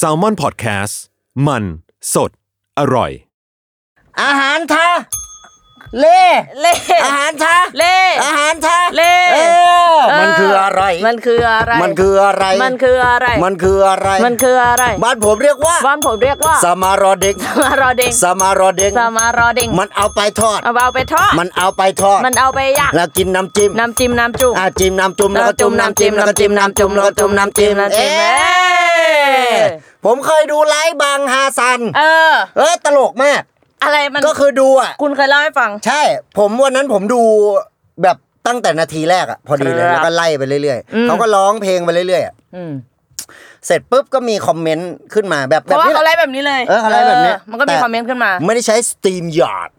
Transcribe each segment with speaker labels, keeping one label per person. Speaker 1: s a l m o n PODCAST มันสดอร่อย
Speaker 2: อาหารทะเล่
Speaker 3: เล่
Speaker 2: อาหารทะ
Speaker 3: เล่
Speaker 2: อาหารทะ
Speaker 3: เล่
Speaker 2: เออมันคืออะไร
Speaker 3: มันคืออะไร
Speaker 2: มันคืออะไร
Speaker 3: มันคืออะไร
Speaker 2: มันคืออะไร
Speaker 3: มันคืออะไร
Speaker 2: บ้านผมเรียกว่า
Speaker 3: บ้านผมเรียกว่า
Speaker 2: สมารอเด็ก
Speaker 3: มารอเด้ง
Speaker 2: สมารอเด็ก
Speaker 3: สมารอเด้ง
Speaker 2: มันเอาไปทอด
Speaker 3: เอาเอาไปทอด
Speaker 2: มันเอาไปทอด
Speaker 3: มันเอาไปย่าง
Speaker 2: แล้วกินน้ำจิ้ม
Speaker 3: น้ำจิ้มน้ำจุ่ม
Speaker 2: อ่ะจิ้มน้ำจุ่มแล้วก็จุ่มน้ำจิ้มแล้วก็จิ้มน้ำจุ่มแล้วก็จุ่มน้ำจิ้ม
Speaker 3: น้ำจิ้ม
Speaker 2: เอ๊ะ
Speaker 3: เอ๊ะ
Speaker 2: ผมเคยดูไลฟ์บางฮาซัน
Speaker 3: เออ
Speaker 2: เออตลกมาก
Speaker 3: อะไรมัน
Speaker 2: ก็คือดูอ่ะ
Speaker 3: คุณเคยเล่าให้ฟัง
Speaker 2: ใช่ ผมวันนั้นผมดูแบบตั้งแต่นาทีแรกอะพอดีเล
Speaker 3: ค
Speaker 2: ย
Speaker 3: รับ
Speaker 2: แล้วก็ไล่ไปเรื่อย
Speaker 3: อืม
Speaker 2: ๆเขาก็ร้องเพลงไปเรื่อยๆอะ
Speaker 3: อืมเ
Speaker 2: เสร็จปุ๊บก็มีคอมเมนต์ขึ้นมาแบบ
Speaker 3: พ
Speaker 2: แบบ
Speaker 3: ราะว่า
Speaker 2: นี้
Speaker 3: เขา
Speaker 2: แห
Speaker 3: ไล่
Speaker 2: ละ
Speaker 3: แบบนี้เลย
Speaker 2: เออเขาไล่แบบเนี้ย
Speaker 3: ออมันก็มี
Speaker 2: แต่
Speaker 3: คอมเมนต์ขึ้นมา
Speaker 2: ไม่ได้ใช้สต e ีมหยอด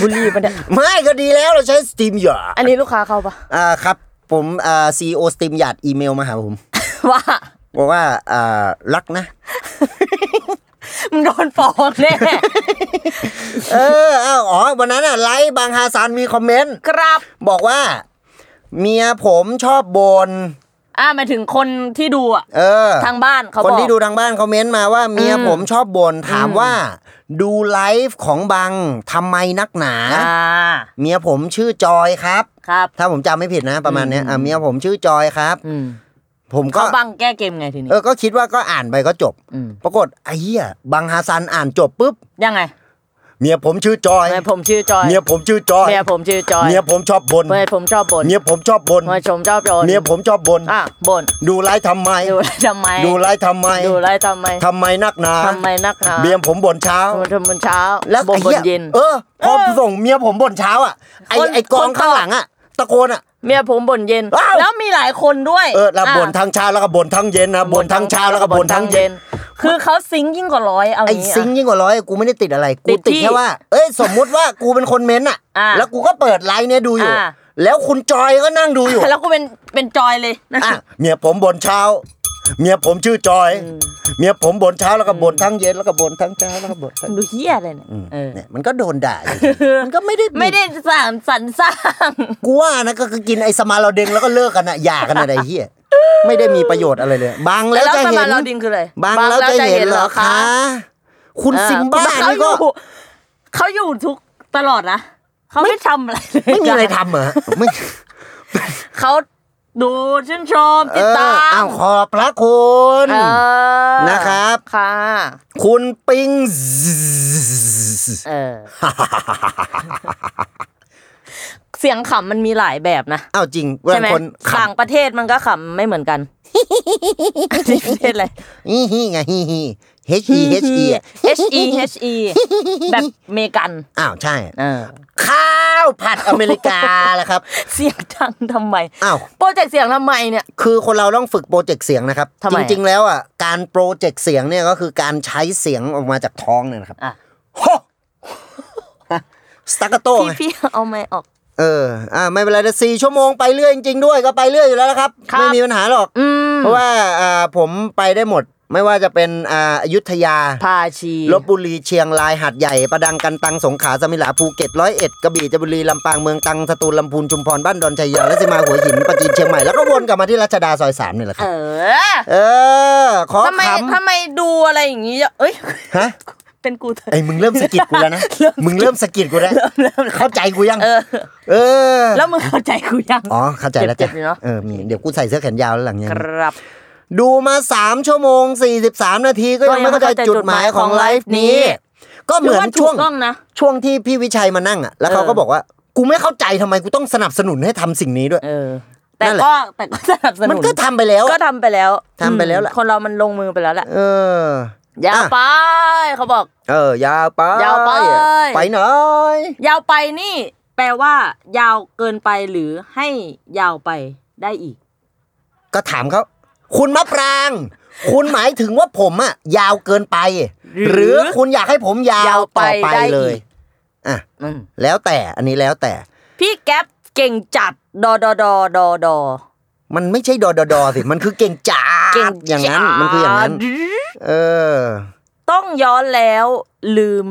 Speaker 3: บุรีมันเนี่ย
Speaker 2: ไม่ก็ดีแล้วเราใช้สต e ีมหยอด
Speaker 3: อันนี้ลูกค้าเขาปะ
Speaker 2: อ่าครับ ผมอ่าซีโอสต e ีมหยาดอีเมลมาหาผม
Speaker 3: ว่า
Speaker 2: บอกว่าอ่ารักนะ
Speaker 3: มึงโดนฟ้องแน่
Speaker 2: เออเอาอ๋อวันนั้นอะไลฟ์บางฮาซานมีคอมเมนต์
Speaker 3: ครับ
Speaker 2: บอกว่า เมียผมชอบบน
Speaker 3: อ่าหมายถึงคนที่ดูอ่ะ
Speaker 2: เออ
Speaker 3: ทางบ้านเขา
Speaker 2: คน
Speaker 3: บอก
Speaker 2: ที่ดูทางบ้านเขาเม้นต์มาว่าเมียผมชอบบ่นถามว่า ดูไลฟ์ของบังทำไมนักหนา
Speaker 3: อ่า
Speaker 2: เมียผมชื่อจอยครับ
Speaker 3: ครับ
Speaker 2: ถ้าผมจำไม่ผิดนะ ประมาณเนี้ยอ่ะเมียผมชื่อจอยครับ
Speaker 3: อืม
Speaker 2: ผมก็
Speaker 3: เขาบังแก้เกมไงทีนี้
Speaker 2: เออก็คิดว่าก็อ่านไปก็จบ
Speaker 3: ม
Speaker 2: ปรากฏไอ้เหี้ยบังฮาซันอ่านจบปุ๊บ
Speaker 3: ยังไง
Speaker 2: เมียผมชื่อจอย
Speaker 3: เมียผมชื่อจอย
Speaker 2: เมียผมชื่อจอย
Speaker 3: เมียผมชื่อจอย
Speaker 2: เมียผมชอบบ่น
Speaker 3: เมียผมชอบบ่น
Speaker 2: เมียผมชอบบ่น
Speaker 3: เมียผมชอบบ่น
Speaker 2: เมียผมชอบบ่น
Speaker 3: อ่ะบ่น
Speaker 2: ดูไลฟ์ทำไม
Speaker 3: ดูแล้วทำไม
Speaker 2: ดูไลฟ์ทำไม
Speaker 3: ดูไรทำไม
Speaker 2: ทำไมนักหนา
Speaker 3: ทำไมนักหนา
Speaker 2: เมียผมบ่นเช้า
Speaker 3: บ่นทำบนเช้า
Speaker 2: แล้ว
Speaker 3: บ่น
Speaker 2: ไอ้
Speaker 3: บน
Speaker 2: เหี้ย
Speaker 3: เย็น
Speaker 2: เออพอส่งเมียผมบ่นเช้าอ่ะไอ
Speaker 3: คน
Speaker 2: ไอกอง
Speaker 3: คนต่อ
Speaker 2: ข้างหลังอ่ะ ตะโกนอ่ะ
Speaker 3: เมียผมบ่นเย็น
Speaker 2: อ้าว
Speaker 3: แล้วมีหลายคนด้วย
Speaker 2: เออแล้วบ่น
Speaker 3: อ่ะ
Speaker 2: ทั้งเช้าแล้วก็บ่นทั้งเย็นนะบ่นทั้งเช้าแล้วก็บ่นทั้งเย็น
Speaker 3: คือเขาซิงค์ยิ่งกว่าร้อยเอา
Speaker 2: ไอ
Speaker 3: งี้
Speaker 2: ซิงค์
Speaker 3: อ่ะ
Speaker 2: ยิ่งกว่าร้อยกูไม่ได้ติดอะไร
Speaker 3: ติ
Speaker 2: กู
Speaker 3: ด
Speaker 2: ติด
Speaker 3: ที่
Speaker 2: แค่ว่า เอ้ยสมมุติว่ากูเป็นคนเม้นต์อ่ะ
Speaker 3: อ่า
Speaker 2: แล้วกูก็เปิดไลน์เนี่ยดูอยู่
Speaker 3: อ่า
Speaker 2: แล้วคุณจอยก็นั่งดูอยู่
Speaker 3: แล้วกูเป็นเป็นจอยเลย
Speaker 2: อ่ะเมียผมบ่นเช้า เมียผมชื่อจอย เมียผมบ่นเช้าแล้วก็บ่นทั้งเย็นแล้วก็บ่นทั้งเช้าแล้วก็บ่นทั้ง
Speaker 3: ดูเฮี้ยอะไรเนี่ยเออ
Speaker 2: เนี่ยมันก็โดนด่า อยู่ดีมันก็ไม่ได้
Speaker 3: ไม่ได้สร้างสรรสร้าง
Speaker 2: กูว่านะก็คือกินไอ้สมาราเดงแล้วก็เลิกกันอะหย่ากันอะไรเฮียไม่ได้มีประโยชน์อะไรเลย บางแล้วจะ
Speaker 3: ส
Speaker 2: เห็
Speaker 3: มาน รดิงคืออะไร
Speaker 2: บางแล้วจะเห็นเหรอคะ คุณ
Speaker 3: เออ
Speaker 2: ซิมบ้า
Speaker 3: เขา
Speaker 2: นี่
Speaker 3: อ
Speaker 2: ก็
Speaker 3: ยู่เขาอยู่ทุกตลอดนะเขาไม่ทำอะไรเลย
Speaker 2: ไม่มีอะไรทำเหรอไม่
Speaker 3: เขาดูชื่นชม
Speaker 2: เอ
Speaker 3: ติด
Speaker 2: อ
Speaker 3: ตาม
Speaker 2: อ้าวขอบพระคุณ
Speaker 3: เออ
Speaker 2: นะครับ
Speaker 3: ค่ะ
Speaker 2: คุณปิง
Speaker 3: เออ เสียงขำมันมีหลายแบบนะ
Speaker 2: อ้าวจริงเว
Speaker 3: ใช่
Speaker 2: ลา
Speaker 3: ไหม
Speaker 2: คนข
Speaker 3: ต่างประเทศมันก็ขำไม่เหมือนกัน ประเทศอะไร
Speaker 2: ำฮีฮีไงฮีฮี H E H E
Speaker 3: H E H E แบบเมกัน
Speaker 2: อ้าวใช่
Speaker 3: เออ
Speaker 2: ข้าวผัดอเมริกาแหละครับ
Speaker 3: เสียงดังทำไม
Speaker 2: อ้าว
Speaker 3: โปรเจกต์เสียงทำไมเนี่ย
Speaker 2: คือคนเราต้องฝึกโปรเจกต์เสียงนะครับ
Speaker 3: ทำไม
Speaker 2: จ
Speaker 3: อะ
Speaker 2: ริง ๆ แล้วอ่ะการโปรเจกต์เสียงเนี่ยก็คือการใช้เสียงออกมาจากท้องเนี่ยนะครับ
Speaker 3: อ่ะ
Speaker 2: ฮะสตากาโต้
Speaker 3: พี่
Speaker 2: ไง
Speaker 3: พี่เอาไม้ออก
Speaker 2: เอออ่าไม่เป็นไรแต่สี่ชั่วโมงไปเรื่อยจริง ๆ ด้วยก็ไปเรื่อยอยู่แล้วนะครับ
Speaker 3: ครับ
Speaker 2: ไม่มีปัญหาหรอก
Speaker 3: อืม
Speaker 2: เพราะว่าอ่าผมไปได้หมด ไม่ว่าจะเป็นอ่าอยุธยา
Speaker 3: พาชี
Speaker 2: ลบบุรีเชียงรายหาดใหญ่ประดังกันตังสงขลาสมิลาภูเก็ตร้อยเอ็ดกระบี่จันทบุรีลำปางเมืองตรังสตูลลำพูนชุมพรบ้านดอนชัยยาและสิมาหัวหินปราจีนเชียงใหม่แล้วก็วนกลับมาที่รัชดาซอยสามนี่แหละครับ
Speaker 3: เออ
Speaker 2: เออ ขอ
Speaker 3: ทำไม
Speaker 2: ข
Speaker 3: ทำไมดูอะไรอย่างนี้เยอะเอ้ย
Speaker 2: ำฮะ
Speaker 3: เป็นกูเถอะ
Speaker 2: ไอ้มึงเริ่มสะกิดกูแล้วนะ
Speaker 3: เริ่ม
Speaker 2: มึงเริ่มสะกิดกูแล้ว เข้าใจกูยัง
Speaker 3: เออ
Speaker 2: เออ
Speaker 3: แล้วมึงเข้าใจกูยัง
Speaker 2: อ๋อ เข้าใจแล้ว
Speaker 3: เจ็บๆอ
Speaker 2: จ้ะ
Speaker 3: ยู่เนอะ
Speaker 2: เออ มี เดี๋ยวกูใส่เสื้อแขนยาวแล้วหลังเนี้ย
Speaker 3: ครับ
Speaker 2: ดูมา 3 ชั่วโมง 43 นาทีก็ยังไม่เข้าใจจุดหมายของไลฟ์นี้ ก็เหมือน
Speaker 3: ว่า
Speaker 2: ช่วง
Speaker 3: ถูกต้องนะ
Speaker 2: ช่วงที่พี่วิชัยมานั่งอ่ะ แล้วเขาก็บอกว่า กูไม่เข้าใจทำไมกูต้องสนับสนุนให้ทำสิ่งนี้ด้วย
Speaker 3: เออ แต่
Speaker 2: นั่นแหละ
Speaker 3: ก็แต่ก็สนับสนุน
Speaker 2: มันก็ทำไปแล้ว
Speaker 3: ก็ทำไปแล้ว
Speaker 2: ทำไปแล้วล่ะ
Speaker 3: คนเรามันลงมือไปแล้วแหละ
Speaker 2: เออ
Speaker 3: ยาว
Speaker 2: อ่ะ
Speaker 3: ไปเขาบอก
Speaker 2: เออ ยาวไป
Speaker 3: ยาวไป
Speaker 2: ไปหน่อย
Speaker 3: ยาวไปนี่ แปลว่า ยาวเกินไปหรือให้ยาวไปได้อีก
Speaker 2: ก็ถามเขา คุณมะปราง คุณหมายถึงว่าผมอะยาวเกินไป ห
Speaker 3: หรื
Speaker 2: รือ
Speaker 3: อ
Speaker 2: คุณอยากให้ผมยาวย
Speaker 3: าวไป
Speaker 2: ต่อไป
Speaker 3: ได้
Speaker 2: เล
Speaker 3: อี
Speaker 2: ย
Speaker 3: ก
Speaker 2: อ่ะ
Speaker 3: อืม
Speaker 2: แล้วแต่อันนี้แล้วแต่
Speaker 3: พี่แก๊ปเก่งจัดดอดอดอดอดอ
Speaker 2: มันไม่ใช่ดอดอดอสิ มันคือเก่งจ๋า
Speaker 3: เก่ง
Speaker 2: อย่างนั้น มันคืออย่างนั้น
Speaker 3: จัด
Speaker 2: เออ
Speaker 3: ต้องย้อนแล้วลืม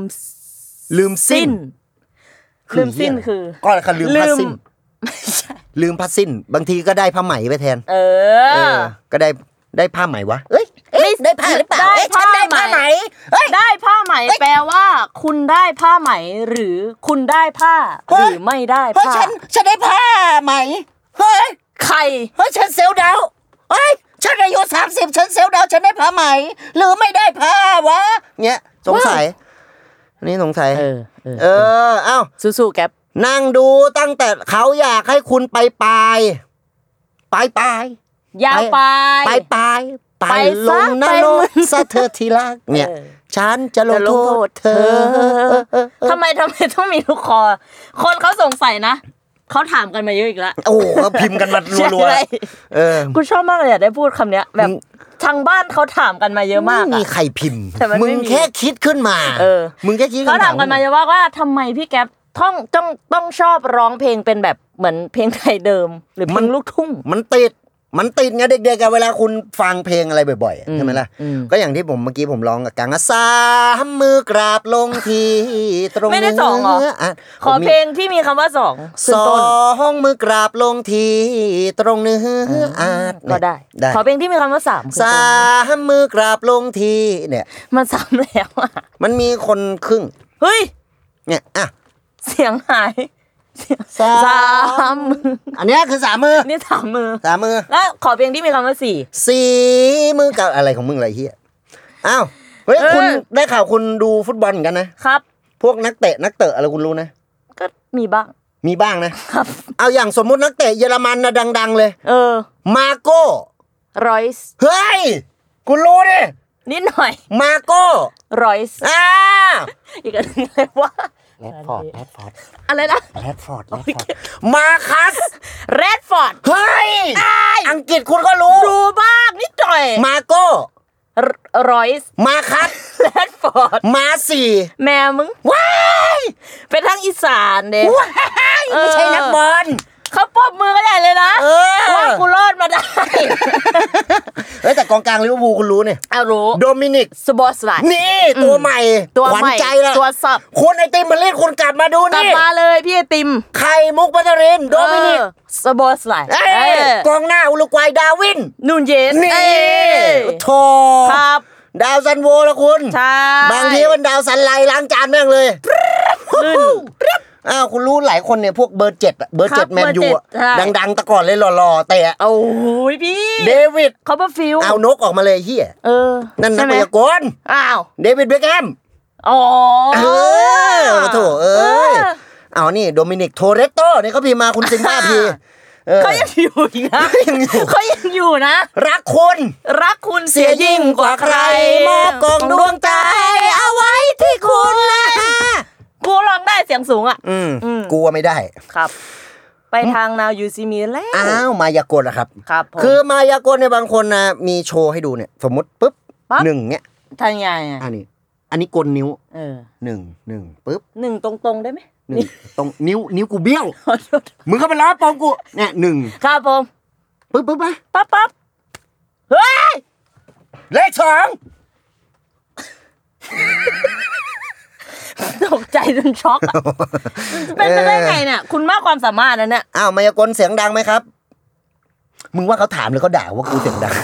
Speaker 2: ลืมสิ้
Speaker 3: สิ้
Speaker 2: น
Speaker 3: น
Speaker 2: คือ
Speaker 3: ลืมสิ้น
Speaker 2: เหี้ย
Speaker 3: คือ
Speaker 2: ก็คือลืมผ้าสิ้น
Speaker 3: ลืม
Speaker 2: ลืมผ้าสิ้น บางทีก็ได้ผ้าไหมไปแทน
Speaker 3: เอ
Speaker 2: เอ
Speaker 3: อ
Speaker 2: อ ก็ได้ได้ผ้าไหมวะ เอ้ยเอ้ย
Speaker 3: ได้
Speaker 2: ได้ผ้าหรือเปล่า
Speaker 3: ได้
Speaker 2: เอ้ยฉันได้
Speaker 3: ผ้า
Speaker 2: ผ้า
Speaker 3: ไห
Speaker 2: ไห
Speaker 3: ม
Speaker 2: มเอ้ย
Speaker 3: ได้ผ้าไหมแปลว่า คุณได้ผ้าไหม หรือคุณได้ผ้า
Speaker 2: เฮ้
Speaker 3: ห
Speaker 2: ย
Speaker 3: รือไม่ได้
Speaker 2: เฮ้ย
Speaker 3: ผ้า
Speaker 2: ฉันฉันได้ผ้าไหมเฮ้ย
Speaker 3: ใคร
Speaker 2: เฮ้ยฉันเซลล์ดาวเฮ้ยฉันอายุสามสิบฉันเซลล์ดาวฉันได้ผ้าไหม หรือไม่ได้ผ้าวะเงี้ยสงสัยอันนี่สงสัย
Speaker 3: เออเออ
Speaker 2: เออ เอ้า
Speaker 3: สู้ๆแก๊ป
Speaker 2: นั่งดูตั้งแต่เขาอยากให้คุณไปปลายปลายปลาย
Speaker 3: ยาวไป
Speaker 2: ไปไปไป
Speaker 3: ไปซะ
Speaker 2: ลงนรก
Speaker 3: ไปมึง
Speaker 2: ซะเธอทีรักเนี่ย
Speaker 3: เออ
Speaker 2: ฉันจะลงโทษเธอ
Speaker 3: ทำไมทำไมต้องมีทุกคอ คนเขาสงสัยนะ เขาถามกันมาเยอะอีกแล้ว
Speaker 2: โอ้โหก็พิมพ์กันมารัว
Speaker 3: ใช่
Speaker 2: ๆเออ
Speaker 3: กูชอบมากเลยอะได้พูดคำเนี้ย แบบ
Speaker 2: มึง
Speaker 3: ทางบ้านเขาถามกันมาเยอะมาก
Speaker 2: ไม่
Speaker 3: อะ
Speaker 2: มีใครพิมพ์
Speaker 3: แต่มันไม่
Speaker 2: มึง
Speaker 3: มี
Speaker 2: แค่คิดขึ้นมา
Speaker 3: เออ
Speaker 2: มึงแค่คิด
Speaker 3: เขาถามกันมาเยอะมากว่าทำไมพี่แก๊ปท่องต้องต้องชอบร้องเพลงเป็นแบบเหมือนเพลงไทยเดิม หรือเพลงลูกทุ่ง
Speaker 2: มันติด มันติดไงเด็กๆกันเวลาคุณฟังเพลงอะไรบ่อยๆใช่ไหมล่ะ
Speaker 3: อืม
Speaker 2: ก็อย่างที่ผมเมื่อกี้ผมร้องกับกังอาสามมือกราบลงทีตรง
Speaker 3: ไม่ได้สองเหรอ
Speaker 2: เนื้ะ
Speaker 3: ขอ
Speaker 2: ผมมี
Speaker 3: เพลงที่มีคำว่าสองขึ้
Speaker 2: ส
Speaker 3: น
Speaker 2: อ
Speaker 3: ต้น
Speaker 2: งมือกราบลงทีตรงเนื้ออาจ
Speaker 3: ก็ได้
Speaker 2: เนี่ยได้
Speaker 3: ขอเพลงที่มีคำว่าสามขึ้น
Speaker 2: สา
Speaker 3: ต้น
Speaker 2: มมือกราบลงทีเนี่ย
Speaker 3: มันสามแล้วอะ
Speaker 2: มันมีคนครึ่ง
Speaker 3: เฮ้ย
Speaker 2: เนี่ยอ่ะ
Speaker 3: เสียงหายเสียง
Speaker 2: สา
Speaker 3: สามมือ
Speaker 2: อันเนี้ยคือสามมือ
Speaker 3: นี่สามมือ
Speaker 2: สามมือ
Speaker 3: แล้วขอเพลงที่มีคำว่าสี่
Speaker 2: สี่มือกราบอะไรของมึงอะไรเฮียอ้าวเฮ้ย
Speaker 3: เออ
Speaker 2: คุณได้ข่าวคุณดูฟุตบอลเหมือนกันนะครับ พวกนักเตะนักเตะอะไรคุณรู้นะ
Speaker 3: ก็มีบ้าง
Speaker 2: มีบ้างนะครับ เอาอย่างสมมุตินักเตะเยอรมันนะดัง ๆ เลย
Speaker 3: เออ
Speaker 2: มาโก้
Speaker 3: รอยส์
Speaker 2: เฮ้ยคุณรู้ดิ
Speaker 3: นิดหน่อย
Speaker 2: มาโก้
Speaker 3: รอยส์
Speaker 2: อ่า
Speaker 3: อีกอันหนึงเลยว่า
Speaker 2: แรดฟอร์ดแรดฟอร์ด
Speaker 3: อะไรนะ
Speaker 2: แรดฟ อร์ดแรดฟอร์ด มาคัส
Speaker 3: เรดฟอร์ด
Speaker 2: เฮ้ย อังกฤษคุณก็รู้
Speaker 3: ดูบ้างนิดหน่อย
Speaker 2: มาโก้
Speaker 3: รอยส์
Speaker 2: มาคัส
Speaker 3: เรดฟอร์ด
Speaker 2: มา สี่
Speaker 3: แม่มึง
Speaker 2: ว้าย
Speaker 3: เป็นทั้งอีสานเด็ก
Speaker 2: ว้าย
Speaker 3: เออ
Speaker 2: ไม่ใช่นักบอล
Speaker 3: เขาปรบมือกันใหญ่เลยนะ
Speaker 2: เออ
Speaker 3: ว่ากูรอดมา ได้
Speaker 2: เฮ้ยแต่กองกลางลิเวอร์พูลคุณรู้เนี่ย
Speaker 3: เอารู้
Speaker 2: โดมินิก
Speaker 3: สบอสไลน์
Speaker 2: นี่ตัวใหม่
Speaker 3: ตัว
Speaker 2: ขวัญ
Speaker 3: ใหม่
Speaker 2: ใจละ
Speaker 3: ตัวสับ
Speaker 2: คุณไอติมมาเล่นคุณกลับมาดู
Speaker 3: กลับ
Speaker 2: นี่
Speaker 3: มาเลยพี่ไอติม
Speaker 2: ไข่มุกปัตเริน โดมินิก
Speaker 3: เออสบอสไลน์
Speaker 2: เอ้ย
Speaker 3: เออก
Speaker 2: องหน้าอุรุกวัยดาร์วิน
Speaker 3: นูนเยส
Speaker 2: นี่
Speaker 3: เอ้ย
Speaker 2: โธ่
Speaker 3: ครับ
Speaker 2: ดาวซันโวละคุณ
Speaker 3: ใช่
Speaker 2: บางทีมันดาวสันไลล้างจานแม่งเลยอ้าวคุณรู้หลายคนเนี่ยพวกเบอร์เจ็ดอะเบอร์
Speaker 3: ครั
Speaker 2: เจ็ด
Speaker 3: บ
Speaker 2: แมนยู
Speaker 3: เบอร์
Speaker 2: อะ
Speaker 3: เจ็ดใช่
Speaker 2: ดังๆแต่ก่อนเลยหล่อๆแต่
Speaker 3: โอ้ยพี่
Speaker 2: เดวิด
Speaker 3: คอปเปอร์ฟิลด์
Speaker 2: เอานกออกมาเลยเฮีย
Speaker 3: เออ
Speaker 2: นั่นนั
Speaker 3: ใช่
Speaker 2: ก
Speaker 3: ไหม
Speaker 2: พยากล
Speaker 3: อ้าว
Speaker 2: เดวิดเบคแฮม
Speaker 3: อ๋อ
Speaker 2: เออโอ้โถเอ้ยเอานี่โดมินิกโทเรสโตนี่เขาพิมพ์มาคุณซิมบ้าพีเออ
Speaker 3: เขายังอยู่อีกนะ
Speaker 2: เขายังอยู่
Speaker 3: เขายังอยู่นะ
Speaker 2: รักคุณ
Speaker 3: รักคุณเสียยิ่งกว่าใคร
Speaker 2: มอบกล่องดวงใจเอาไว้ที่คุณละ
Speaker 3: กูร้องได้เสียงสูงอ่ะ
Speaker 2: อืม
Speaker 3: อืม
Speaker 2: กลัวไม่ได้
Speaker 3: ครับ ไปทางนาวยูซีมีแล้ว
Speaker 2: อ้าวมายากลนะครับ
Speaker 3: ครับผม
Speaker 2: คือมายากลในยบางคนนะมีโชว์ให้ดูเนี่ย สมมติปุ๊บ
Speaker 3: ปั๊บ
Speaker 2: หนึ่งเนี่ย
Speaker 3: ทางยังไง
Speaker 2: อันนี้ อันนี้กลนิ้ว
Speaker 3: เออ
Speaker 2: หนึ่งหนึ่งปุ๊บ
Speaker 3: หนึ่งตรงๆได้ไหม
Speaker 2: หนึ่งตรงนิ้วนิ้วกูเบี้ยว
Speaker 3: ขอโทษ
Speaker 2: มึงเข้าไปร้านปลอมกูเนี่ยหนึ่ง
Speaker 3: ครับผม
Speaker 2: ปุ๊บปุ๊บไป
Speaker 3: ปั๊บปั๊บเฮ้ย
Speaker 2: เลขสอง
Speaker 3: ตกใจจนช็อกอะ เป็นไปได้ไงเนี่ย คุณมากความสามารถนะเนี่ย
Speaker 2: อ้าวมายากลเสียงดังไหมครับ มึงว่าเขาถามหรือเขาด่าว่ากูเสียงดัง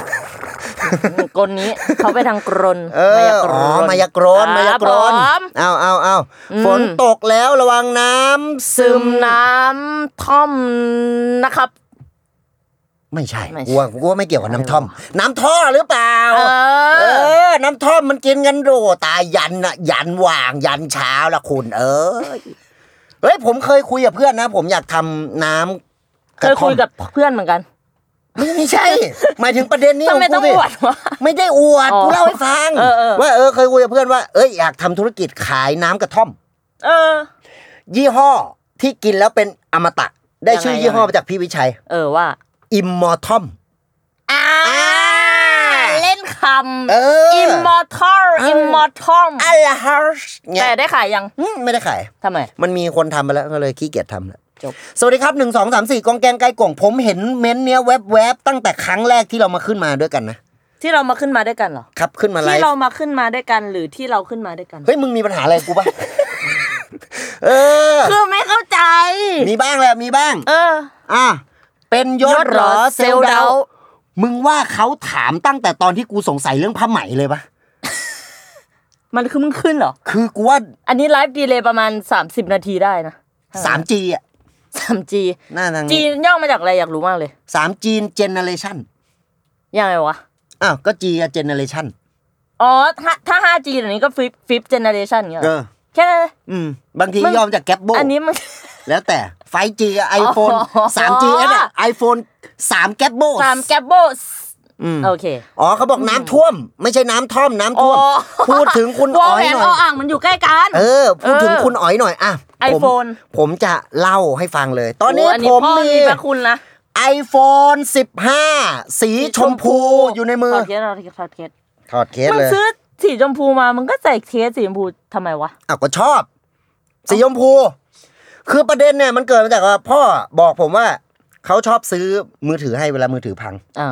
Speaker 3: กลน นี้เขาไปทางกรน
Speaker 2: เอออ๋อมายากรนมายากรน
Speaker 3: ครับผม
Speaker 2: อ้าวอ้าวอ้าว
Speaker 3: อืม
Speaker 2: ฝนตกแล้วระวังน้ำ
Speaker 3: ซึมน้ำท่อมนะครับ
Speaker 2: ไม่ใช่
Speaker 3: ไม่ใช่
Speaker 2: กลัวกลัวไม่เกี่ยวกับน้ำท่อม น้ำท่อหรือเปล่า
Speaker 3: เอ
Speaker 2: เอ
Speaker 3: อ
Speaker 2: อ น้ำท่อมมันกินกันโดตายยันน่ะ ยันหว่างยันเช้าละคุณ เอ้ยเฮ้ยผมเคยคุยกับเพื่อนนะ ผมอยากทำน้ำ
Speaker 3: เคยคุยกับเพื่อนเหมือนกัน
Speaker 2: ไม่ไม่ใช่ หมายถึงประเด็นนี้
Speaker 3: ทำไม
Speaker 2: ข
Speaker 3: ต้
Speaker 2: อ
Speaker 3: อง
Speaker 2: งกู
Speaker 3: อว
Speaker 2: สิ
Speaker 3: ดวะ
Speaker 2: ไม่ได้อวด
Speaker 3: อ๋อ
Speaker 2: กูเล่าให้ฟัง
Speaker 3: เออเออ
Speaker 2: ว่าเออเคยคุยกับเพื่อนว่าเอ้ยอยากทำธุรกิจขายน้ำกระท่อม
Speaker 3: เออ
Speaker 2: ยี่ห้อที่กินแล้วเป็นอมตะ ได้
Speaker 3: ยังไง
Speaker 2: ชื่อยี่ห้อ
Speaker 3: ยังไง
Speaker 2: มาจากพี่วิชัย
Speaker 3: เออว่า
Speaker 2: อิมมอร์ทอม
Speaker 3: อ้า
Speaker 2: อ่า
Speaker 3: ลัม
Speaker 2: เอออิ
Speaker 3: อิมมอร์ทัลอิมมอร์ทัล
Speaker 2: อัลลาฮาร์ชเนี่ย
Speaker 3: แต่ได้ขายยัง
Speaker 2: อืมไม่ได้ขาย
Speaker 3: ทำไม
Speaker 2: มันมีคนทำไปแล้วก็เลยขี้เกียจทำแล้ว
Speaker 3: จบ
Speaker 2: สวัสดีครับหนึ่งสองสามสี่กองแกงไก่กล่องผมเห็นเม้นต์เนี้ยแวบๆตั้งแต่ครั้งแรกที่เรามาขึ้นมาด้วยกันนะ
Speaker 3: ที่เรามาขึ้นมาด้วยกันเหรอ
Speaker 2: ครับขึ้นมาไล
Speaker 3: ที่
Speaker 2: ฟ์
Speaker 3: เรามาขึ้นมาด้วยกันหรือที่เราขึ้นมาด้วยกัน
Speaker 2: เฮ้ยมึงมีปัญหาอะไรกูปะ เออ
Speaker 3: คือไม่เข้าใจ
Speaker 2: มีบ้างแหละมีบ้าง
Speaker 3: เออ
Speaker 2: อ่ะเป็นยศเหรอเซลลเดามึงว่าเขาถามตั้งแต่ตอนที่กูสงสัยเรื่องผ้าไหมเลยปะ
Speaker 3: มันคือมึงขึ้นเหรอ
Speaker 2: คือกูว่า
Speaker 3: อันนี้ไลฟ์ดีเลยประมาณ 30 นาทีได้นะ
Speaker 2: 3G อ่ะ
Speaker 3: 3G
Speaker 2: หน้าทาง
Speaker 3: จีนย่อมาจากอะไรอยากรู้มากเลย
Speaker 2: สามจีนเจเนเรชัน
Speaker 3: ยังไงวะ
Speaker 2: อ้าวก็จีอะเจเนเรชัน
Speaker 3: อ๋อ ถ้าถ้า 5G เดี๋ยวนี้ก็ฟิปฟิปเจเนเรชันเงี้ย
Speaker 2: เอ
Speaker 3: เหรอ
Speaker 2: อ
Speaker 3: แค่นั้นเลย
Speaker 2: อืม บางทียอมจากแกปโบ
Speaker 3: อันนี้มัน
Speaker 2: แล้วแต่ไฟจีไอโฟน
Speaker 3: อ๋อ
Speaker 2: สามจีเอสไอโฟนสามแกปโบ
Speaker 3: สามแกบโบส
Speaker 2: อืม
Speaker 3: โอเค
Speaker 2: อ๋อเขาบอกน้ำท่วม ไม่ใช่น้ำท่อมน้ำท่วม พูดถึงคุณ
Speaker 3: ว
Speaker 2: อ๋
Speaker 3: ง
Speaker 2: อย
Speaker 3: แหวน
Speaker 2: หน่
Speaker 3: อ
Speaker 2: อย
Speaker 3: อ่างมันอยู่ใกล้กัน
Speaker 2: เออ พูดถึง
Speaker 3: เออ
Speaker 2: คุณอ๋อยหน่อยอ่ะผม
Speaker 3: iPhone
Speaker 2: ผมจะเล่าให้ฟังเลย ตอนนี้
Speaker 3: โอั
Speaker 2: ผม
Speaker 3: พ่อ
Speaker 2: มี
Speaker 3: มีพระคุณนะ
Speaker 2: iPhone 15 สีชมพูอยู่ในมือ
Speaker 3: ถอดเคสเราถอดเคส
Speaker 2: ถอดเคส
Speaker 3: มึง
Speaker 2: เลย
Speaker 3: ซื้อสีชมพูมามึงก็ใส่เคสสีชมพูทำไมวะ
Speaker 2: อ้าวก็ชอบ สีชมพู คือประเด็นเนี่ยมันเกิดมาจากว่าพ่อบอกผมว่า เขาชอบซื้อมือถือให้เวลามือถือพัง
Speaker 3: อ่า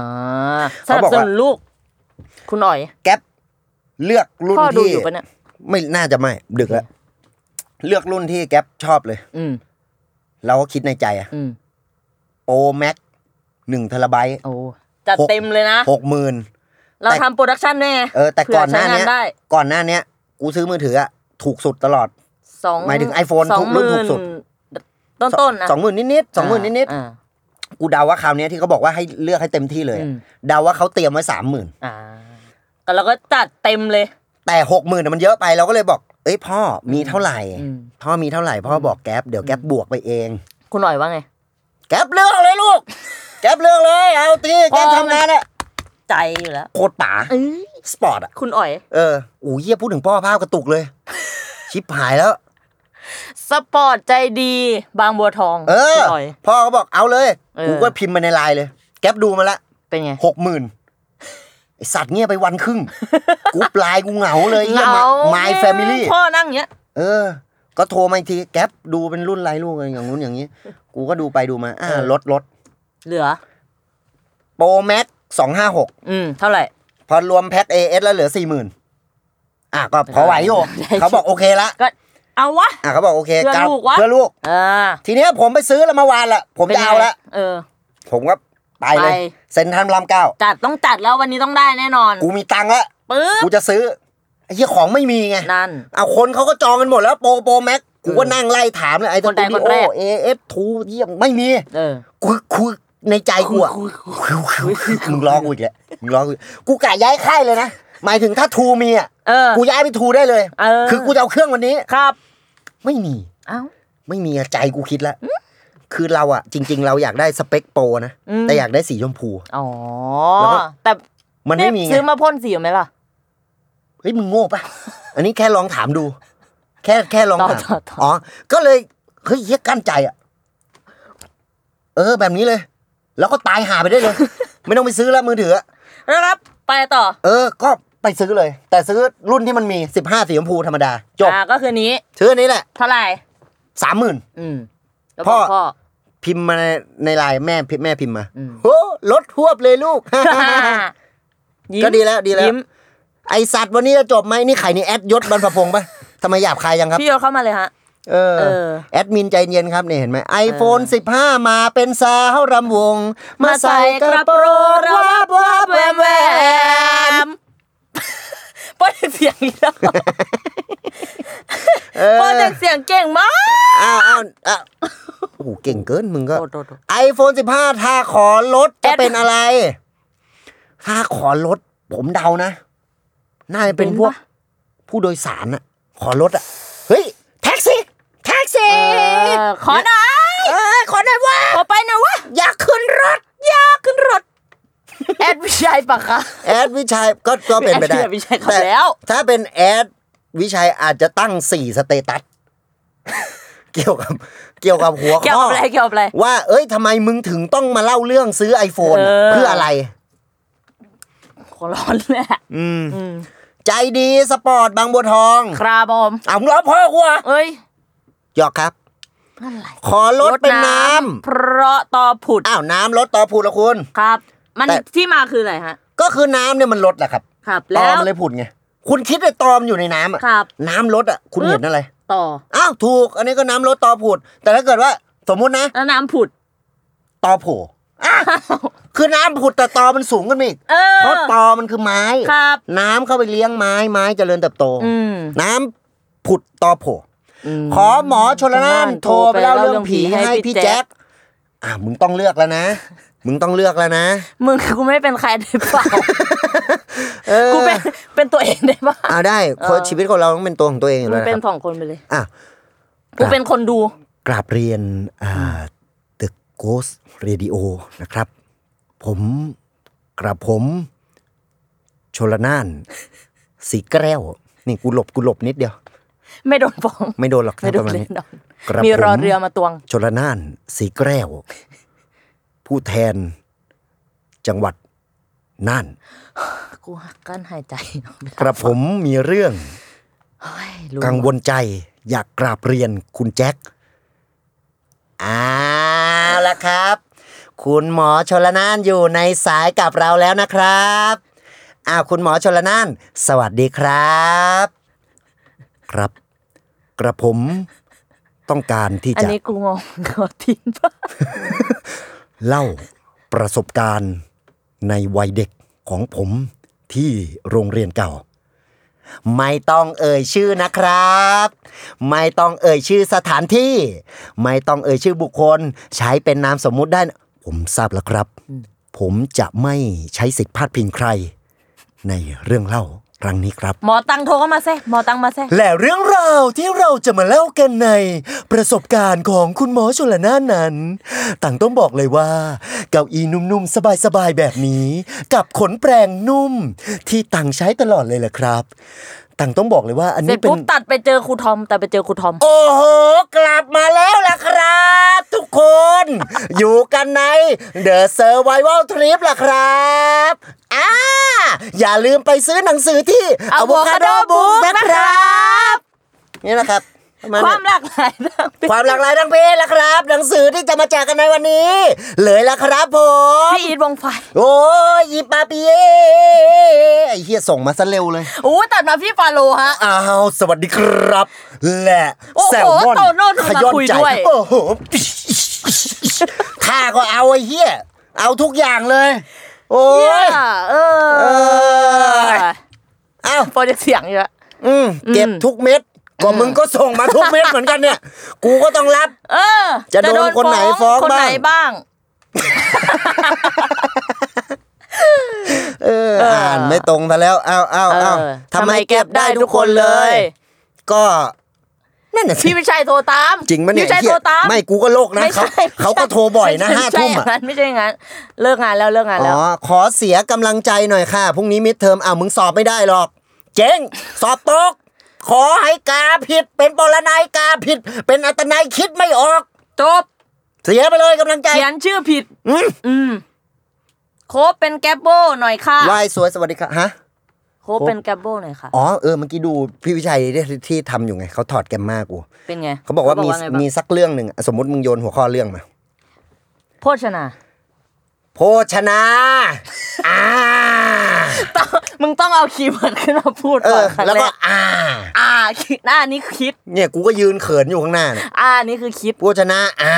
Speaker 3: ส
Speaker 2: เขา
Speaker 3: นับ
Speaker 2: บอก
Speaker 3: ส
Speaker 2: ว่า
Speaker 3: นุนลูก คุณหน่อย
Speaker 2: แก๊ปเลือกรุ่น
Speaker 3: พ่อดู
Speaker 2: ที่
Speaker 3: อยู่ปะเนี่ย
Speaker 2: ไม่น่าจะไม่ ดึกแล้ว เลือกรุ่นที่แก๊ปชอบเลย
Speaker 3: อืม
Speaker 2: เราก็คิดในใจอะ
Speaker 3: อืม
Speaker 2: โอแม็กหนึ่งเทราไบต์
Speaker 3: โอ้จัด
Speaker 2: หก
Speaker 3: เต็มเลยนะ
Speaker 2: หกหมื่น
Speaker 3: เรา
Speaker 2: แต่
Speaker 3: ทำโปรดักชันด้วยไง
Speaker 2: เออ แต่
Speaker 3: เผื่
Speaker 2: ก่อนหน้า
Speaker 3: ใช้ง
Speaker 2: เนี้ย
Speaker 3: ได้
Speaker 2: ก่อนหน้าเนี้ยกูซื้อมือถืออะถูกสุดตลอด
Speaker 3: สอง
Speaker 2: หมายถึง iPhone
Speaker 3: สอง
Speaker 2: รุ่นถูกสุด
Speaker 3: ต้นต้นๆนะ
Speaker 2: สองหมื่นนิดๆสองหมื่นนิด
Speaker 3: อ่า
Speaker 2: ๆกูเดาว่าคราวเนี้ยที่เขาบอกว่าให้เลือกให้เต็มที่เลยอะ
Speaker 3: อืม
Speaker 2: เดาว่าเขาเตรียมไว้สามหมื่น
Speaker 3: อ่าก็เราก็จัดเต็มเลย
Speaker 2: แต่หกหมื่นะมันเยอะไปเราก็เลยบอก เอ้ยพ่อมีเท่าไหร่
Speaker 3: อืม
Speaker 2: พ่อมีเท่าไหร่พ่อบอกแก๊ปเดี๋ยวแก๊ปบวกไปเอง
Speaker 3: คุณหน่อยว่าไง
Speaker 2: แก๊ปเลือกเลยลูก แก๊ปเลือกเลยเอาตีแก๊ป
Speaker 3: พ่อ
Speaker 2: ทำงานอะ
Speaker 3: ใจอยู่แล้ว
Speaker 2: โคตรป๋า
Speaker 3: เอ้ย
Speaker 2: สปอร์ตอะ
Speaker 3: คุณอ่อย
Speaker 2: เอออูเยี่ยพูดถึงพ่อภาพกระตุกเลย ชิปหายแล้ว
Speaker 3: สปอร์ตใจดีบางบัวทอง
Speaker 2: เออ
Speaker 3: คุณหน่อย
Speaker 2: พ่อก็บอกเอาเลย
Speaker 3: เออ
Speaker 2: กูก็พิมพ์มาในไลน์เลย แก๊ปดูมาละ
Speaker 3: เป็นไง
Speaker 2: หกหมื่นไอสัตว์เงียบไปวัน ครึ่ง กูปลายกูเหงาเลยเหี้ย
Speaker 3: เหงา
Speaker 2: มา my family
Speaker 3: พ่อนั่งเนี้ย
Speaker 2: เออ ก็โทรมาอีกทีแก๊ปดูเป็นรุ่นไรลูกอะไรอย่างนู้นอย่างนี้ กูก็ดูไปดูมา อ่า
Speaker 3: เออ
Speaker 2: ลดลด
Speaker 3: เหลือ
Speaker 2: โปรแม็กสองห้าหก
Speaker 3: อืม เท่าไหร่
Speaker 2: พอรวมแพ็คเอเอสแล้วเหลือสี่หมื่นอ่ะก็พอไหวอยู่
Speaker 3: ได้
Speaker 2: เขาบอกโอเคละ
Speaker 3: ก็เอาวะ
Speaker 2: อ่ะเขาบอกโอเค
Speaker 3: เพื่อ
Speaker 2: าว
Speaker 3: ลูกวะ
Speaker 2: เพื่อลูก
Speaker 3: เออ
Speaker 2: ทีเนี้ยผมไปซื้อแล้วเมื่อวานละผมจะเอาละ
Speaker 3: ป็นไงเออ
Speaker 2: ผมก็ไปเลย
Speaker 3: ไป
Speaker 2: เซ็นทรันรามเก้า
Speaker 3: จัดต้องจัดแล้ววันนี้ต้องได้แน่นอน
Speaker 2: กูมีตังค์ละ
Speaker 3: ปึ๊บ
Speaker 2: กูจะซื้อไอ้เหี้ยของไม่มีไง
Speaker 3: นั่น
Speaker 2: เอาคนเขาก็จองกันหมดแล้วโปรโปรแม็กกูก็นั่งไล่ถามเลยไอ้
Speaker 3: ค
Speaker 2: ตัวน
Speaker 3: ใด
Speaker 2: ดิ
Speaker 3: คน
Speaker 2: โอ
Speaker 3: แรก
Speaker 2: เอเอฟทูเยี่ยมไม่มี
Speaker 3: เออ
Speaker 2: กูกูในใจกูอะมึงล้อกูอีกแล้วมึงล้อกูอีกกูกะย้ายค่ายเลยนะ หมายถึงถ้าทูมีอะ
Speaker 3: เออ
Speaker 2: กูย้ายไปทูได้เลย
Speaker 3: เออ
Speaker 2: คือกูจะเอาเครื่องวันนี้
Speaker 3: ครับ
Speaker 2: ไม่มี
Speaker 3: เอ้า
Speaker 2: ไม่มีอะใจกูคิดแล้วคือเราอะจริง ๆ เราอยากได้สเปคโปรนะ
Speaker 3: อืม
Speaker 2: แต่อยากได้สีชมพู
Speaker 3: อ๋อ
Speaker 2: แล้วก็
Speaker 3: แต่
Speaker 2: มันไม่มีไง
Speaker 3: ซื้อมาพ่นสีไหมล่ะ
Speaker 2: เฮ้ยมึงโง่ปะอันนี้แค่ลองถามดู แค่แค่ลองถาม
Speaker 3: ต่อต่อต่ออ๋
Speaker 2: อ๋อก็เลยเฮ้ยเหี้ยกั้นใจอะ เออแบบนี้เลย แล้วก็ตายหาไปได้เลย ไม่ต้องไปซื้อแล้วมือถืออะ
Speaker 3: นะครับ ไปต่อ
Speaker 2: เออ ก็ไปซื้อเลย แต่ซื้อรุ่นที่มันมี 15สีชมพูธรรมดา จบ
Speaker 3: อ่าก็คือนี้
Speaker 2: ซื้ออันนี้แหละ
Speaker 3: เท่าไหร่
Speaker 2: สามหมื่น
Speaker 3: อืมแล้ว
Speaker 2: พ่
Speaker 3: พ่
Speaker 2: อ
Speaker 3: อพ่อ
Speaker 2: พิมพ์มาในในไลน์แม่พิมพ์แม่พิมพ์มา
Speaker 3: อืม
Speaker 2: โอ้ลดทวบเลยลูก
Speaker 3: ยิ้ม
Speaker 2: ก็ดีแล้วดีแล้ว
Speaker 3: ยิ้ม
Speaker 2: ไอสัตว์วันนี้จะจบไหมนี่ไข่นี่แอดยศบรรพพงศ์ปะทำไมหยาบคายยังครับ
Speaker 3: พี่โยนเข้ามาเลยฮะ
Speaker 2: เออ
Speaker 3: เออ
Speaker 2: แอดมินใจเย็นครับเนี่ยเห็นไหม iPhone 15 มาเป็นสาวรำวง มาใส่กระโปรง
Speaker 3: เรา
Speaker 2: วับวับแวมแวม
Speaker 3: ม โปรเจกต์เสียงอีกแล้วโปรเจกต์เสียงเก่งมาก
Speaker 2: อ้าวอ้าวอ้าวโอ้โหเก่งเกินมึงก็
Speaker 3: โดดโดด
Speaker 2: iPhone 15 ถ้าขอลดจะ
Speaker 3: แอด
Speaker 2: เป็นอะไร ถ้าขอลด ผมเดานะ น่าจะเป็นพวก ผู้โดยสารอะขอลดอะเฮ้ย แท็กซี่ แท็กซี่
Speaker 3: ขอหน่อย
Speaker 2: เอ้ยขอหน่อยว่า
Speaker 3: ขอไปหน่อยวะ
Speaker 2: อยากขึ้นรถ
Speaker 3: อยากขึ้นรถ แอดวิชัยปะคะ
Speaker 2: แอดวิชัยก็ก็เป็นไปได้
Speaker 3: แอดวิชัยขับ
Speaker 2: ต่
Speaker 3: แล้ว
Speaker 2: ถ้าเป็นแอดวิชัยอาจจะตั้งสี่สเตตัส เกี่ยวกับ เกี่ยวกับหัว
Speaker 3: เกี่ยว
Speaker 2: ข้อ
Speaker 3: กับอะไรเกี่ยวกับอะไร
Speaker 2: ว่า เอ้ยทำไมมึงถึงต้องมาเล่าเรื่องซื้อ iPhone
Speaker 3: เออ
Speaker 2: เพื่ออะไร
Speaker 3: ขอร้อนเลยอะ
Speaker 2: อืมใจดีสปอร์ตบางบัวทอง
Speaker 3: ครับผม
Speaker 2: อ้าวมึงร้องพ่อกูเหรอ่ะ
Speaker 3: เอ้ย
Speaker 2: หยอกครับ
Speaker 3: อะไร
Speaker 2: ขอลดเป็นน้
Speaker 3: เพราะต่อผุด
Speaker 2: ำอ้าวน้ำลดต่อผุดละคุณ
Speaker 3: ครับ มัน
Speaker 2: แต่
Speaker 3: ที่มาคืออะไรฮะ
Speaker 2: ก็คือน้ำเนี่ยมันลดแหละครับ
Speaker 3: ครับ
Speaker 2: ต
Speaker 3: แล้
Speaker 2: อม
Speaker 3: ว
Speaker 2: มันเลยผุดไงคุณคิดว่าตอมอยู่ในน้ำอ่ะ
Speaker 3: ครับ
Speaker 2: น้ำลดอ่ะคุณเห็นอะไร
Speaker 3: ต่อ
Speaker 2: อ้าวถูก อันนี้ก็น้ำลดต่อผุด แต่ถ้าเกิดว่าสมมุตินะ
Speaker 3: แล้วน้ำผุด
Speaker 2: ต่อโผล่อ่ะคือน้ำผุดแต่ตอมันสูงขึ้นมาอีก
Speaker 3: เออ
Speaker 2: เพราะตอมันคือไม้
Speaker 3: ครับ
Speaker 2: น้ำเข้าไปเลี้ยงไม้ไม้เจริญเติบโต
Speaker 3: อืม
Speaker 2: น้ำผุดตอโผล่
Speaker 3: ม
Speaker 2: ขอหมอชนละนานโทรไปเล่าเรื่องผีให้พี่แจ๊คอ่ะมึงต้องเลือกแล้วนะ มึงต้องเลือกแล้วนะ
Speaker 3: มึงกูไม่เป็นใครได้เปล่า
Speaker 2: เออ
Speaker 3: กูเป็นเป็นตัวเองได้ปะ
Speaker 2: อ่าได้
Speaker 3: เออ
Speaker 2: ชีวิตของเราต้องเป็นตัวของตัวเองอยู่
Speaker 3: มึ
Speaker 2: แล้
Speaker 3: ง
Speaker 2: วนะ
Speaker 3: เป็น
Speaker 2: ครับ
Speaker 3: สองคนไปเลย
Speaker 2: อ่ะ
Speaker 3: กูเป็นคนดู
Speaker 2: กราบเรียนอ่าตึกโกสเรดิโอนะครับ ผมกราบผม ชลนานสีแก้ว นี่กูหลบกูหลบนิดเดียว
Speaker 3: ไม่โดนฟ้อง
Speaker 2: ไม่โดนหรอก
Speaker 3: ไม่โด
Speaker 2: ป
Speaker 3: น
Speaker 2: ระมาณ
Speaker 3: เล่
Speaker 2: นี้
Speaker 3: นดอน
Speaker 2: กระผม
Speaker 3: มีรอเรือมาตวง
Speaker 2: ชลนานสีแก้ว ผู้แทน จังหวัดน่าน
Speaker 3: กูหักกั้นหายใจเนอะ
Speaker 2: กระผมมีเรื่อง
Speaker 3: เฮ้ยรู้
Speaker 2: กังวลใจอยากกราบเรียนคุณแจ็คอ้าวละครับ คุณหมอชลนานอยู่ในสายกับเราแล้วนะครับอ้าวคุณหมอชลนาน สวัสดีครับ ครับ กระผมต้องการที่
Speaker 3: อัน
Speaker 2: จะ
Speaker 3: นี้กูงงขอทิ้งปะ
Speaker 2: เล่าประสบการณ์ในวัยเด็กของผมที่โรงเรียนเก่า ไม่ต้องเอ่ยชื่อนะครับ ไม่ต้องเอ่ยชื่อสถานที่ ไม่ต้องเอ่ยชื่อบุคคล ใช้เป็นนามสมมุติได้นะผมทราบแล้วครับ ผมจะไม่ใช้สิทธิพาดพิงใคร ในเรื่องเล่าครั้งนี้ครับ
Speaker 3: หมอตังโทรเข้ามาแซ่หมอตังมาแซ่
Speaker 2: และเรื่องราวที่เราจะมาเล่ากันใน ประสบการณ์ของคุณหมอชลนานนั้น ต่างต้องบอกเลยว่า เก้าอี้นุ่มๆ สบายๆ แบบนี้ กับขนแปรงนุ่ม ที่ต่างใช้ตลอดเลยแหละครับ ต่างต้องบอกเลยว่า อัน
Speaker 3: เสร็
Speaker 2: นี้
Speaker 3: จ
Speaker 2: เป็น
Speaker 3: ปุ๊บตัดไปเจอครูทอม แต่ไปเจอครูทอม
Speaker 2: โอ้โห กลับมาแล้วล่ะครับ ทุกคน อยู่กันใน The Survival Trip ล่ะครับอ่าอย่าลืมไปซื้อหนังสือที่ Avocado
Speaker 3: Avocado
Speaker 2: Book
Speaker 3: Book
Speaker 2: นะครับ นี่นะครับประมาว
Speaker 3: คา
Speaker 2: ณ
Speaker 3: ม
Speaker 2: นี้
Speaker 3: หลากหลายทางเพศ
Speaker 2: ความหลากหลายทางเพศล่ะครับ หนังสือที่จะมาแจกกันในวันนี้ เลยล่ะครับผม
Speaker 3: พี่อีทวงไฟ
Speaker 2: โอ้ยอีปาปีเอไอเฮียส่งมาซะเร็วเลย
Speaker 3: โอ้ตัดมาพี่ฟาโลฮะ
Speaker 2: อ้าวสวัสดีครับ และ
Speaker 3: โอ้โห
Speaker 2: แซลมอน
Speaker 3: โตโน่โทรมาคุยด้วย
Speaker 2: โอ้โหข้าก็เอาไอ้เหี้ย เอาทุกอย่างเลย โอ้ย
Speaker 3: เนี่ยเอ
Speaker 2: เอ
Speaker 3: อ
Speaker 2: อ เอ้า
Speaker 3: พอจะเสียงอยู่ละ
Speaker 2: อืมเก็บทุกเม็ดก็มึงก็ส่งมาทุกเม็ดเหมือนกันเนี่ย กูก็ต้องรับ
Speaker 3: เออ
Speaker 2: จะโดนคนไหนฟ้อง
Speaker 3: คนไหน
Speaker 2: บ้า
Speaker 3: บ้าง ง
Speaker 2: เอออ่านไม่ตรงซะแล้วเอ้าเอ้าเอ้า
Speaker 3: เออ
Speaker 2: ทำไมเก็บได้ทุกคนเลย ก็ นั่นน่ะสิ
Speaker 3: พี่วิชัยโทรตาม
Speaker 2: จริงมันเนี่ย
Speaker 3: พี่วิชัยโทรตาม
Speaker 2: ไม่กูก็โลกนะ
Speaker 3: ไม่
Speaker 2: เขา
Speaker 3: ใช่
Speaker 2: เขาก็โทรบ่อยนะห้า
Speaker 3: ไม่ใช่
Speaker 2: ทุ่ม
Speaker 3: อย่
Speaker 2: อะ
Speaker 3: งนั้นไม่ใช่อย่างนั้น เลิกงานแล้วเลิกงาน
Speaker 2: อ๋
Speaker 3: แล้ว
Speaker 2: อ ขอเสียกำลังใจหน่อยค่ะ พรุ่งนี้มิดเทอมอ้าวมึงสอบไม่ได้หรอก เจ๊ง สอบตก ขอให้กาผิด เป็นปรนัยกาผิด เป็นอัตนายคิดไม่ออก
Speaker 3: จบ
Speaker 2: เสียไปเลยกำลังใจ
Speaker 3: เขียนชื่อผิด
Speaker 2: อืม
Speaker 3: อืม โคบเป็นแกปโบหน่อยค่ะ
Speaker 2: ไหวสวยสวัสดีค่ะฮะ
Speaker 3: โคบเป็นแกปโบหน่อยค่ะ
Speaker 2: อ๋อ เออ เมื่อกี้ดูพี่วิชัยที่ที่ทำอยู่ไง เขาถอดแกมมากู
Speaker 3: เป็นไง
Speaker 2: เขาบอกว่ามี
Speaker 3: ไงบ้ง
Speaker 2: มีสักเรื่องหนึ่งอ่ะสมมติมึงโยนหัวข้อเรื่องมา
Speaker 3: โภชนา
Speaker 2: โภชนาอ่า
Speaker 3: ต้องมึงต้องเอาคีย์เวิร์ดขึ้นมาพูด
Speaker 2: เอ
Speaker 3: ก่อ
Speaker 2: อน
Speaker 3: ครั้ง
Speaker 2: แล้ว
Speaker 3: แร
Speaker 2: ก็
Speaker 3: ก
Speaker 2: อ่า
Speaker 3: อ่าคิดหน้านี้คือคิด
Speaker 2: เนี่ยกูก็ยืนเขินอยู่ข้างหน้าเนี่ย
Speaker 3: อ่านี่คือคิด
Speaker 2: โภชนาอ่า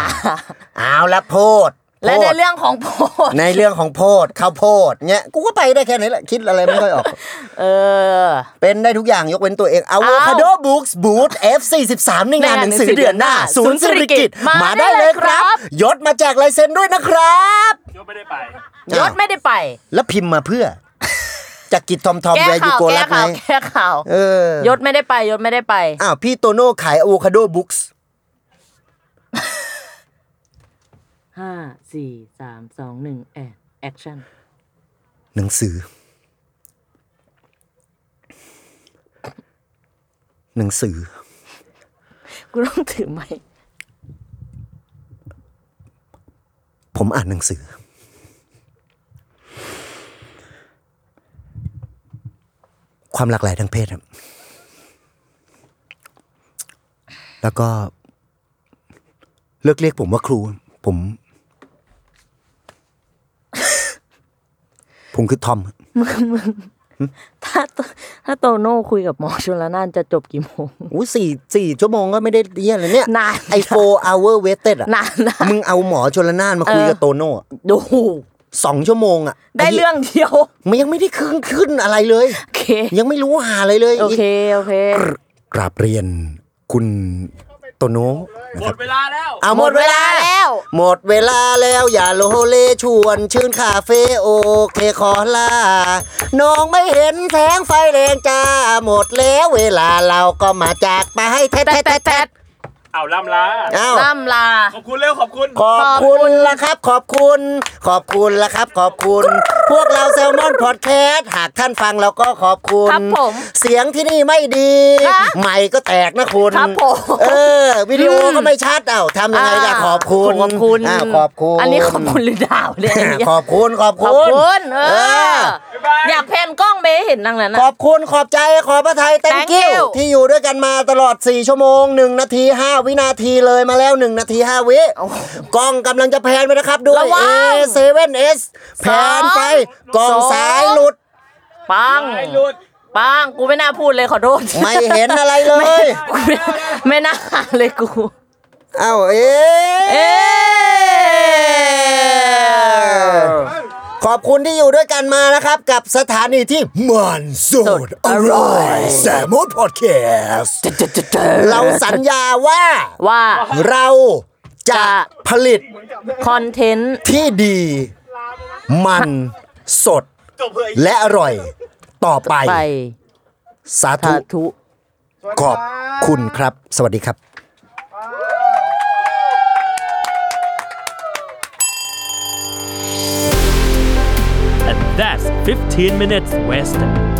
Speaker 2: เอาละโพด
Speaker 3: และใน
Speaker 2: โพด
Speaker 3: เรื่องของโพด
Speaker 2: ในเรื่องของโพดข้าวโพดเนี้ยกูก็ไปได้แค่นี้แหละ คิดอะไรไม่ค่อยออก
Speaker 3: เออ
Speaker 2: เป็นได้ทุกอย่างยกเว้นตัวเองอะโวคาโดบุ๊กส์บูธ F43 ในงานหนังสือเดือนหน้า ศูนย์สิริกิตมาได้เลยครับ ยศมาแจกลายเซ็นด้วยนะครับ
Speaker 3: ยศไม่ได้ไป
Speaker 2: แล้วพิมพ์มาเพื่อ จากกิจทอมทอม
Speaker 3: แก้
Speaker 2: แวร์ยู
Speaker 3: ข่าว
Speaker 2: โก
Speaker 3: แก้
Speaker 2: ลักไหม
Speaker 3: ข่าวแก้ข่าว
Speaker 2: เออย
Speaker 3: ศไม่ได้ไปยศไม่ได้ไป
Speaker 2: อ้าวพี่โตโน่ขายอะโวคาโดบุ๊กส์
Speaker 3: ห้าสี่สามสองหนึ่งแอนแอคชั่น
Speaker 2: หนังสือ หนังสือ
Speaker 3: กูต้องถือไหมค์
Speaker 2: ผมอ่านหนังสือ ความหลากหลายทางเพศครับ แล้วก็ เลิกเรียกผมว่าครู ผม ผมคือทอม
Speaker 3: ถ้าถ้าโตโน่คุยกับหมอชนละนานจะจบกี่โมง
Speaker 2: อู้สี่สี่ชั่วโมงก็ไม่ได้เยี่ยนเลยเนี่ย
Speaker 3: นาน
Speaker 2: ไอโฟอเวอร์เวสเต็ดอ่ะ
Speaker 3: นานนะ
Speaker 2: มึงเอาหมอชนละนานมาคุยกับโตโน่อะ
Speaker 3: ดู
Speaker 2: สองชั่วโมงอ่ะ
Speaker 3: ได้เรื่องเดียว
Speaker 2: มันยังไม่ได้ขึ้นขึ้นอะไรเลย
Speaker 3: โอเค
Speaker 2: ยังไม่รู้หาอะไรเลย
Speaker 3: โอเค โอเค
Speaker 2: กราบเรียนคุณโตโน่หมดเวลาแล้วเอาหมดเวลาแล้ว
Speaker 3: แล้ว
Speaker 2: หมดเวลาแล้วอย่าโลเลชวนชื่นคาเฟ่โอเคขอลา น้องไม่เห็นแสงไฟแรงจ้า หมดแล้วเวลาเราก็มาจากไปให้แท้แท้แท้แท้
Speaker 4: เอาล่ำลา
Speaker 2: เอ้า
Speaker 3: ล่ำลา
Speaker 4: ขอบคุณเร็วขอบคุณ
Speaker 2: ขอบคุณละครับ ขอบคุณ ขอบคุณละครับ ขอบคุณ พวกเราแซลมอนพอดแคสต์หากท่านฟังเราก็ขอบคุณ
Speaker 3: ครับผม
Speaker 2: เสียงที่นี่ไม่ดี
Speaker 3: ครับ
Speaker 2: ใหม่ก็แตกนะคุณ
Speaker 3: ครับผม
Speaker 2: เออวิดีโอก็ไม่ชัดเอ้าทำยังไงล่ะ
Speaker 3: า
Speaker 2: ขอบคุณ
Speaker 3: ขอบคุณ
Speaker 2: าขอบคุณ
Speaker 3: อันนี้ขอบคุณหรือดาวเนี่ยนนี้
Speaker 2: ขอบคุณขอบ
Speaker 3: ข
Speaker 2: คุ
Speaker 3: อบ
Speaker 2: ณ
Speaker 3: คุณเอ
Speaker 2: เอ
Speaker 3: อ
Speaker 2: อ
Speaker 3: อยากแพนกล้องไปให้เห็นดังนั้น
Speaker 2: ข
Speaker 3: นะ
Speaker 2: อบคุณขอบใจขอพระไทย
Speaker 3: Thank
Speaker 2: thank you
Speaker 3: you
Speaker 2: ที่อยู่ด้วยกันมาตลอด 4 ชั่วโมง 1 นาที 5 วินาทีเลยมาแล้ว 1 นาที 5 วิกล้องกำลังจะแพนไปนะครับด้วย
Speaker 3: ระวัง
Speaker 2: A7S แพนไปกล้องสายหลุด
Speaker 3: ปังปังกูไม่น่าพูดเลยขอโทษ
Speaker 2: ไม่เห็นอะไรเลย
Speaker 3: กูไม่ไม่น่าเลยกู
Speaker 2: เอ้าเอ๊
Speaker 3: เอะ
Speaker 2: ขอบคุณที่อยู่ด้วยกันมานะครับ กับสถานีที่มันสุดอร่อยแซมมอนพอดแคสต์เราสัญญาว่า
Speaker 3: ว่า
Speaker 2: เราจะ
Speaker 3: จะ
Speaker 2: ผลิต
Speaker 3: คอนเทนต์
Speaker 2: ที่ดี มันสด และอร่อย ต่อไป
Speaker 3: ไป
Speaker 2: สาธุ
Speaker 3: สาธุ
Speaker 2: ขอบคุณครับ สวัสดีครับ
Speaker 5: And that's 15 minutes west.